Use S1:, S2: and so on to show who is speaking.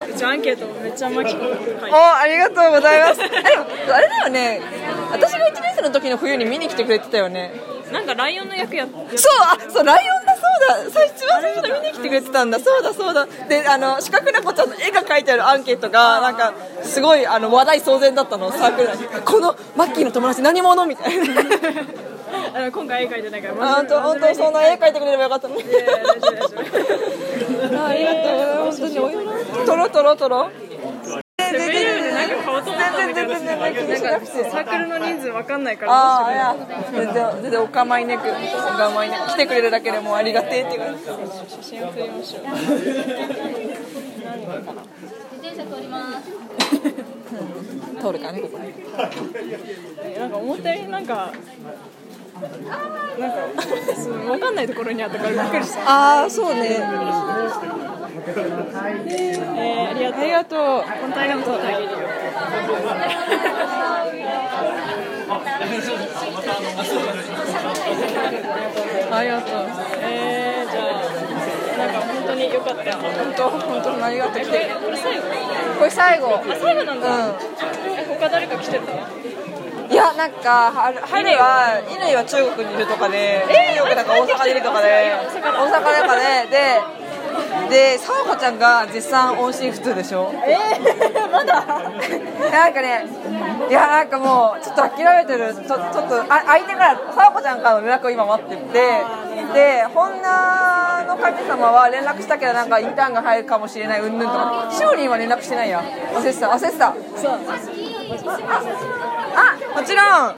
S1: うちアンケートめっちゃ巻き込
S2: おありがとうございます。あでもあれだよね。私が1年生の時の冬に見に来てくれてたよね。
S1: なんかライオンの役やって
S2: そうあそうライオンだそうだ。最初一番最初に見に来てくれてたんだ。そうだそうだ。であの四角なこちゃんの絵が描いてあるアンケートがなんかすごいあの話題騒然だったのサークル内でこのマッキーの友達何者みたいな。
S1: あの今回絵描いてないから
S2: あ本当本当そんな絵描いてくれればよかったね。
S1: いやいや大丈夫大丈夫
S2: あありがとうございます。本当にお色とろとろとろ。全然
S1: メニューでなんか買おうと思ったんだけ
S2: 全然全
S1: ど
S2: 然全然気にしなくて。
S1: サークルの人数わかんないから
S2: ああいや全然全然お構いなくお構いなく来てくれるだけでもうありがてえって感じ写真を撮りましょう通るかねここ
S1: なんか思ったよりなんかなんかそうわかんないところにあったからびっくりした
S2: ああそうね
S1: えー、ありがとう
S2: ありがとう
S1: 本体がもそうだけど
S2: ありがとう
S1: えー、じゃあなんか本当に良かった
S2: 本当本当にありがとう来
S1: こ
S2: て
S1: れこれ最後
S2: こ
S1: あ
S2: れ最後
S1: 最後なん
S2: う
S1: だ、
S2: ん
S1: え他誰か来てた
S2: いやなんか春春は乾は中国にいるとかでニューヨークだか大阪にいるとかで大阪だかでででさわこちゃんが絶賛音信不通でしょえー、まだ なんかねいやなんかもうちょっと諦めてるちょちょっとあ相手からさわこちゃんからの連絡を今待っててで本名の神様は連絡したけどなんかインターンが入るかもしれないうんぬんとかしおりんは連絡してないや焦ってた焦ってたあもちろん